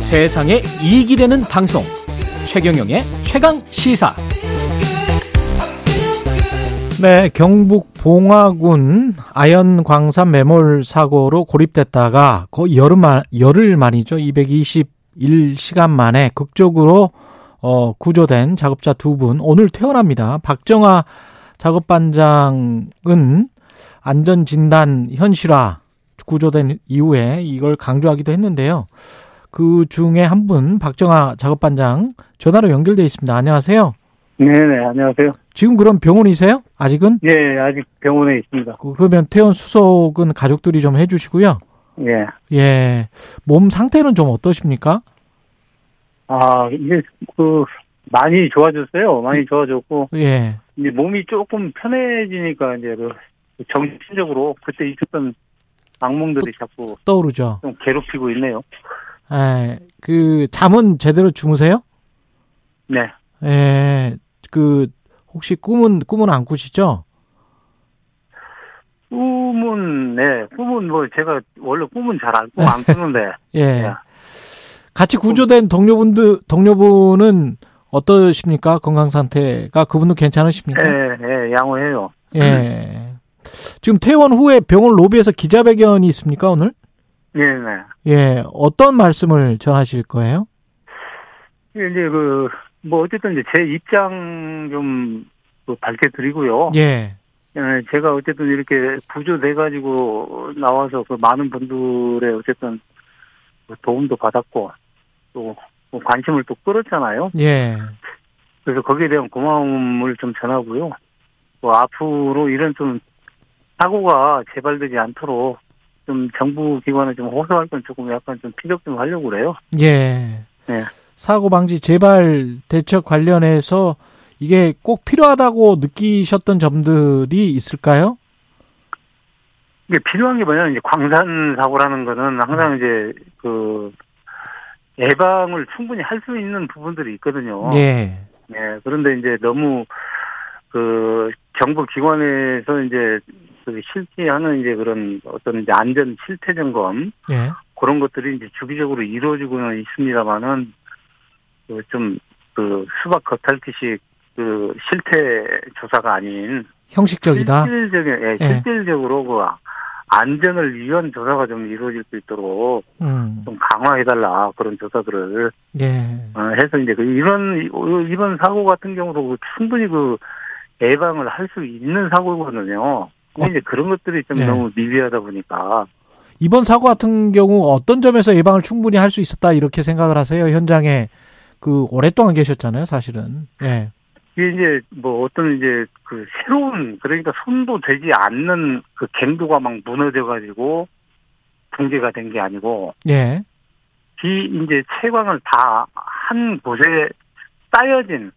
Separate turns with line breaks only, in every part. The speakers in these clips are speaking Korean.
세상에 이익이 되는 방송 최경영의 최강 시사
네, 경북 봉화군 아연 광산 매몰 사고로 고립됐다가 거의 열흘 만 열흘 만이죠. 221시간 만에 극적으로 어 구조된 작업자 두 분 오늘 퇴원합니다. 박정아 작업반장은 안전 진단 현실화 구조된 이후에 이걸 강조하기도 했는데요. 그 중에 한 분 박정아 작업반장 전화로 연결돼 있습니다. 안녕하세요.
네네, 안녕하세요.
지금 그럼 병원이세요? 아직은?
예, 아직 병원에 있습니다.
그러면 퇴원 수속은 가족들이 좀 해주시고요.
예.
예. 몸 상태는 좀 어떠십니까?
아, 이제, 그, 많이 좋아졌어요.
네.
많이 좋아졌고,
예.
이제 몸이 조금 편해지니까, 이제, 그 정신적으로 그때 있었던 악몽들이 자꾸
떠오르죠.
좀 괴롭히고 있네요.
예. 그, 잠은 제대로 주무세요?
네.
예. 그, 혹시 꿈은, 꿈은 안 꾸시죠?
꿈은, 네, 꿈은 뭐, 제가 원래 꿈은 잘 안 꾸안 꾸는데,
예.
네.
같이 구조된 동료분들, 동료분은 어떠십니까? 건강 상태가 그분도 괜찮으십니까?
예, 예, 양호해요.
예. 지금 퇴원 후에 병원 로비에서 기자회견이 있습니까, 오늘?
예, 네.
예, 어떤 말씀을 전하실 거예요?
이제 그, 뭐, 어쨌든 이제 제 입장 좀그 밝혀드리고요.
예,
예, 제가 어쨌든 이렇게 구조돼가지고 나와서 그 많은 분들의 어쨌든 그 도움도 받았고 또뭐 관심을 또 끌었잖아요.
예,
그래서 거기에 대한 고마움을 좀 전하고요. 또 앞으로 이런 좀 사고가 재발되지 않도록 좀 정부 기관에 좀 호소할 건 조금 약간 좀 피력 좀 하려고 그래요.
예.
네.
사고 방지 재발 대책 관련해서 이게 꼭 필요하다고 느끼셨던 점들이 있을까요?
이게 필요한 게 뭐냐면 이제 광산 사고라는 거는 항상 이제 그 예방을 충분히 할 수 있는 부분들이 있거든요.
예,
예, 그런데 이제 너무 그 정부 기관에서 이제 그 실시하는 이제 그런 어떤 이제 안전 실태 점검
예,
그런 것들이 이제 주기적으로 이루어지고는 있습니다만은 좀그 수박 겉핥기식 그 실태 조사가 아닌
형식적이다.
실질적인 예,
예.
실질적으로 그 안전을 위한 조사가 좀 이루어질 수 있도록
음,
좀 강화해달라 그런 조사들을
예,
어, 해서 이제 그 이런 이번 사고 같은 경우도 그 충분히 그 예방을 할 수 있는 사고거든요. 근데 이제 그런 것들이 좀
네.
너무 미비하다 보니까
이번 사고 같은 경우 어떤 점에서 예방을 충분히 할 수 있었다 이렇게 생각을 하세요? 현장에 그 오랫동안 계셨잖아요, 사실은. 예,
이게 이제 뭐 어떤 이제 그 새로운 그러니까 손도 되지 않는 그 갱도가 막 무너져 가지고 붕괴가 된 게 아니고
예,
이 이제 채광을 다 한 곳에 쌓여진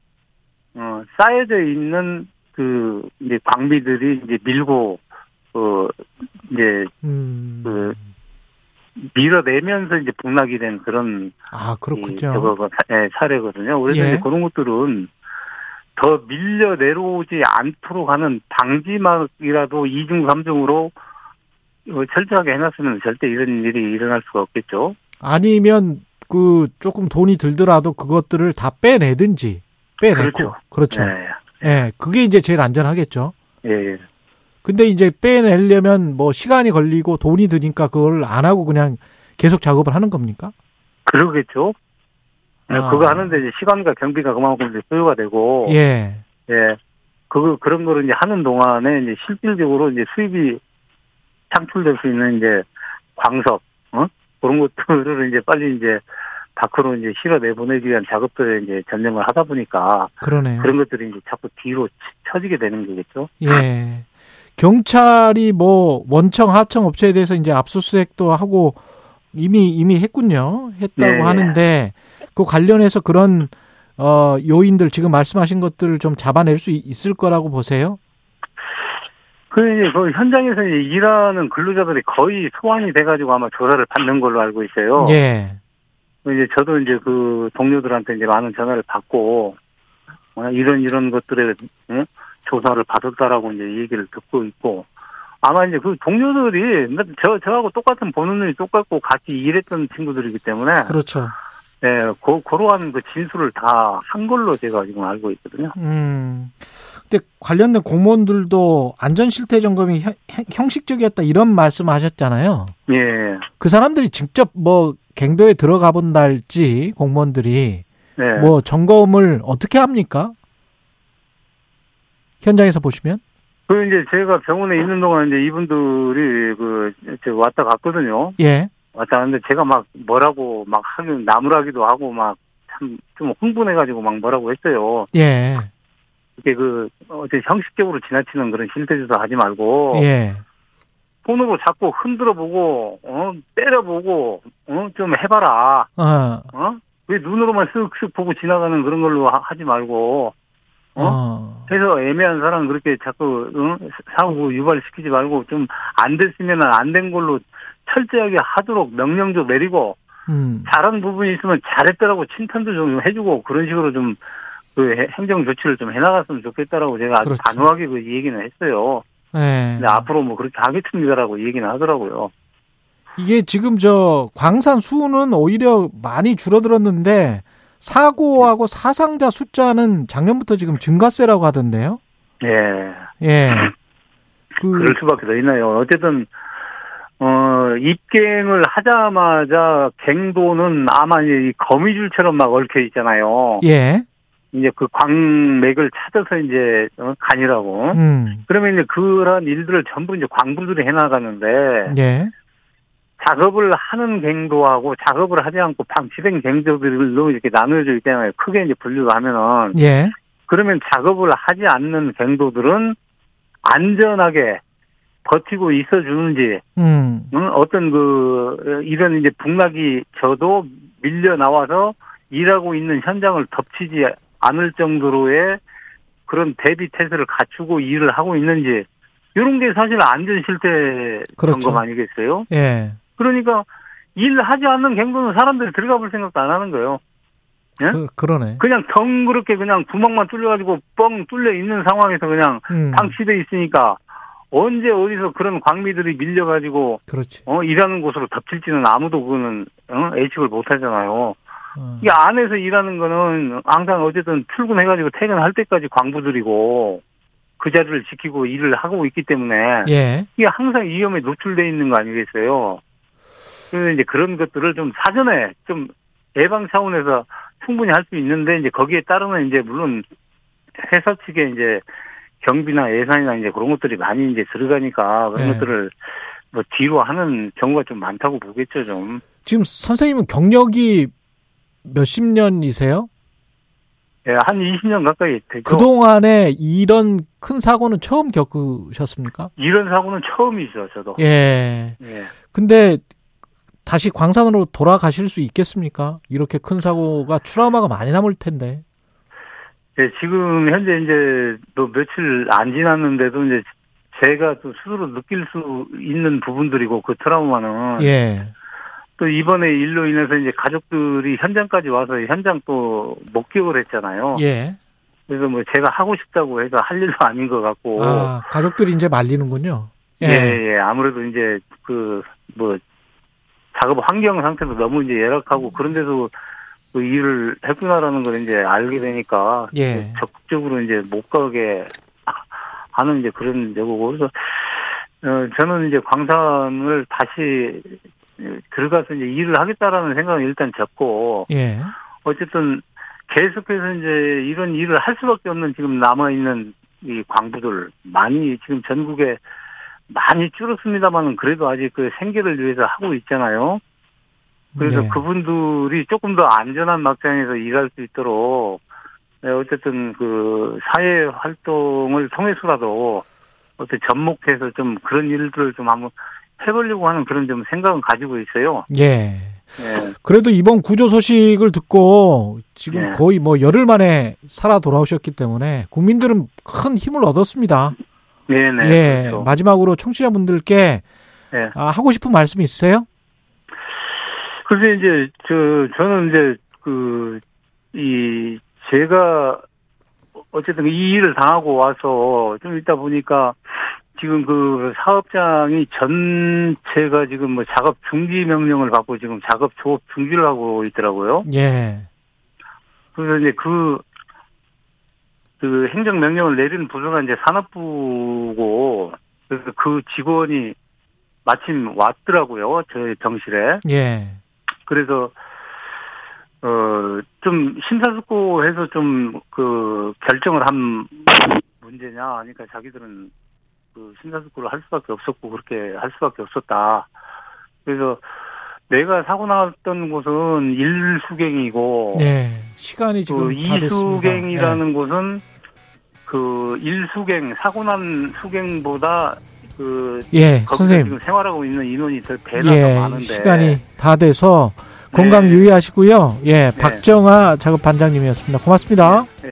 어 쌓여져 있는 그 이제 광비들이 이제 밀고 어 이제
음,
그 밀어내면서 이제 복락이 된 그런
아
이
음. 그렇군요.
저거 예, 사례거든요. 그래서
예.
이제 그런 것들은 더 밀려 내려오지 않도록 하는 방지막이라도 이중삼중으로 어, 철저하게 해놨으면 절대 이런 일이 일어날 수가 없겠죠.
아니면 그 조금 돈이 들더라도 그것들을 다 빼내든지 빼내고
그렇죠.
그렇죠.
예,
예, 그게 이제 제일 안전하겠죠.
예, 예.
근데 이제 빼내려면 뭐 시간이 걸리고 돈이 드니까 그걸 안 하고 그냥 계속 작업을 하는 겁니까?
그러겠죠. 예,
아.
그거 하는데 이제 시간과 경비가 그만큼 이제 소요가 되고
예,
예. 그, 그런 거를 이제 하는 동안에 이제 실질적으로 이제 수입이 창출될 수 있는 이제 광석, 어? 그런 것들을 이제 빨리 이제 밖으로 이제 실어 내보내기 위한 작업들에 이제 전념을 하다 보니까
그러네요.
그런 것들이 이제 자꾸 뒤로 치- 처지게 되는 거겠죠.
예. 경찰이 뭐 원청 하청 업체에 대해서 이제 압수수색도 하고 이미 이미 했군요. 했다고
네.
하는데 그 관련해서 그런 어 요인들 지금 말씀하신 것들을 좀 잡아낼 수 있- 있을 거라고 보세요.
그 이제 그 현장에서 이제 일하는 근로자들이 거의 소환이 돼가지고 아마 조사를 받는 걸로 알고 있어요.
예.
이제 저도 이제 그 동료들한테 이제 많은 전화를 받고 어, 이런 이런 것들에 응? 조사를 받았다라고 이제 얘기를 듣고 있고 아마 이제 그 동료들이 나- 저 저하고 똑같은 보는 눈이 똑같고 같이 일했던 친구들이기 때문에
그렇죠.
예, 고, 그러한 그 진술을 다 한 걸로 제가 지금 알고 있거든요.
음. 근데 관련된 공무원들도 안전 실태 점검이 형- 형- 형식적이었다 이런 말씀하셨잖아요.
예,
그 사람들이 직접 뭐 갱도에 들어가 본달지 공무원들이
예.
뭐 점검을 어떻게 합니까? 현장에서 보시면
그 이제 제가 병원에 있는 동안 이제 이분들이 그 이제 왔다 갔거든요.
예
왔다 갔는데 제가 막 뭐라고 막 하긴 나무라기도 하고 막 참 좀 흥분해가지고 막 뭐라고 했어요.
예,
이게 그 어제 형식적으로 지나치는 그런 실태조사 하지 말고
예.
손으로 자꾸 흔들어보고 어 때려보고 어 좀 해봐라.
어,
어 왜 눈으로만 쓱쓱 보고 지나가는 그런 걸로 하- 하지 말고 어?
어,
그래서 애매한 사람 그렇게 자꾸 응? 사고 유발시키지 말고 좀 안 됐으면 안 된 걸로 철저하게 하도록 명령도 내리고
음,
잘한 부분이 있으면 잘했다라고 칭찬도 좀 해주고 그런 식으로 좀 그 행정 조치를 좀 해나갔으면 좋겠다라고 제가 아주
그렇죠.
단호하게 그 얘기는 했어요.
예.
근데 앞으로 뭐 그렇게 하겠습니다라고 얘기는 하더라고요.
이게 지금 저 광산 수는 오히려 많이 줄어들었는데 사고하고 사상자 숫자는 작년부터 지금 증가세라고 하던데요.
예,
예. 그,
그럴 수밖에 더 있나요? 어쨌든 어 입갱을 하자마자 갱도는 아마 이 거미줄처럼 막 얽혀 있잖아요.
예.
이제 그 광맥을 찾아서 이제 어, 간이라고.
음.
그러면 이제 그런 일들을 전부 이제 광부들이 해나가는데
예.
작업을 하는 갱도하고 작업을 하지 않고 방치된 갱도들로 이렇게 나눠져 있잖아요. 크게 이제 분류를 하면은
예.
그러면 작업을 하지 않는 갱도들은 안전하게 버티고 있어주는지
음.
응? 어떤 그 어, 이런 이제 북락이 저도 밀려 나와서 일하고 있는 현장을 덮치지 않을 정도로의 그런 대비 태세를 갖추고 일을 하고 있는지 이런 게 사실 안전 실태
그렇죠.
점검 아니겠어요?
예.
그러니까 일하지 않는 갱도는 사람들이 들어가 볼 생각도 안 하는 거예요. 예?
그, 그러네.
그냥 덩그렇게 그냥 구멍만 뚫려가지고 뻥 뚫려 있는 상황에서 그냥
음.
방치돼 있으니까 언제 어디서 그런 광미들이 밀려가지고
그렇지.
어, 일하는 곳으로 덮칠지는 아무도 그거는, 어, 예측을 못 하잖아요.
어.
이게 안에서 일하는 거는 항상 어쨌든 출근해가지고 퇴근할 때까지 광부들이고 그 자리를 지키고 일을 하고 있기 때문에
예.
이게 항상 위험에 노출돼 있는 거 아니겠어요? 그래서 이제 그런 것들을 좀 사전에 좀 예방 차원에서 충분히 할 수 있는데 이제 거기에 따르면 이제 물론 회사 측에 이제 경비나 예산이나 이제 그런 것들이 많이 이제 들어가니까 그런
예.
것들을 뭐 뒤로 하는 경우가 좀 많다고 보겠죠 좀.
지금 선생님은 경력이 몇십 년이세요?
예, 한 20년 가까이 됐죠.
그동안에 이런 큰 사고는 처음 겪으셨습니까?
이런 사고는 처음이죠 저도.
예.
예.
근데 다시 광산으로 돌아가실 수 있겠습니까? 이렇게 큰 사고가 트라우마가 많이 남을 텐데.
예, 지금 현재 이제 또 며칠 안 지났는데도 이제 제가 또 스스로 느낄 수 있는 부분들이고 그 트라우마는
예.
또 이번에 일로 인해서 이제 가족들이 현장까지 와서 현장 또 목격을 했잖아요.
예.
그래서 뭐 제가 하고 싶다고 해서 할 일도 아닌 것 같고
아, 가족들이 이제 말리는군요.
예, 예, 아무래도 이제 그 뭐 작업 환경 상태도 너무 이제 열악하고 그런 데서 그 일을 했구나라는 걸 이제 알게 되니까
예.
그 적극적으로 이제 못 가게 하는 이제 그런 여고고 그래서 어, 저는 이제 광산을 다시 들어가서 이제 일을 하겠다라는 생각은 일단 접고
예.
어쨌든 계속해서 이제 이런 일을 할 수밖에 없는 지금 남아 있는 이 광부들 많이 지금 전국에 많이 줄었습니다만은 그래도 아직 그 생계를 위해서 하고 있잖아요. 그래서
예.
그분들이 조금 더 안전한 막장에서 일할 수 있도록 네, 어쨌든 그 사회 활동을 통해서라도 어떻게 접목해서 좀 그런 일들을 좀 한번 해보려고 하는 그런 좀 생각은 가지고 있어요.
예.
네.
그래도 이번 구조 소식을 듣고 지금
예.
거의 뭐 열흘 만에 살아 돌아오셨기 때문에 국민들은 큰 힘을 얻었습니다.
네네.
예.
그렇죠.
마지막으로 청취자분들께
예.
아, 하고 싶은 말씀 있으세요?
그래서 이제 저 저는 이제 그 이 제가 어쨌든 이 일을 당하고 와서 좀 있다 보니까 지금 그 사업장이 전체가 지금 뭐 작업 중지 명령을 받고 지금 작업 조업 중지를 하고 있더라고요.
예.
그래서 이제 그, 그 행정 명령을 내리는 부서가 이제 산업부고, 그래서 그 직원이 마침 왔더라고요. 저희 병실에.
예.
그래서 어 좀 심사숙고해서 좀 그 결정을 한 문제냐 하니까 자기들은 그 심사숙고를 할 수밖에 없었고 그렇게 할 수밖에 없었다. 그래서 내가 사고 나왔던 곳은 일수갱이고
예. 시간이 지금
그
다 네. 됐습니다.
어. 이수갱이라는 곳은 그 일수갱 사고 난 수갱보다 그
예. 예.
거기서
선생님.
지금 생활하고 있는 인원이 더 대단히
예.
많은데
시간이 다 돼서 건강
네.
유의하시고요. 예. 박정아 작업 반장님이었습니다. 고맙습니다.
네.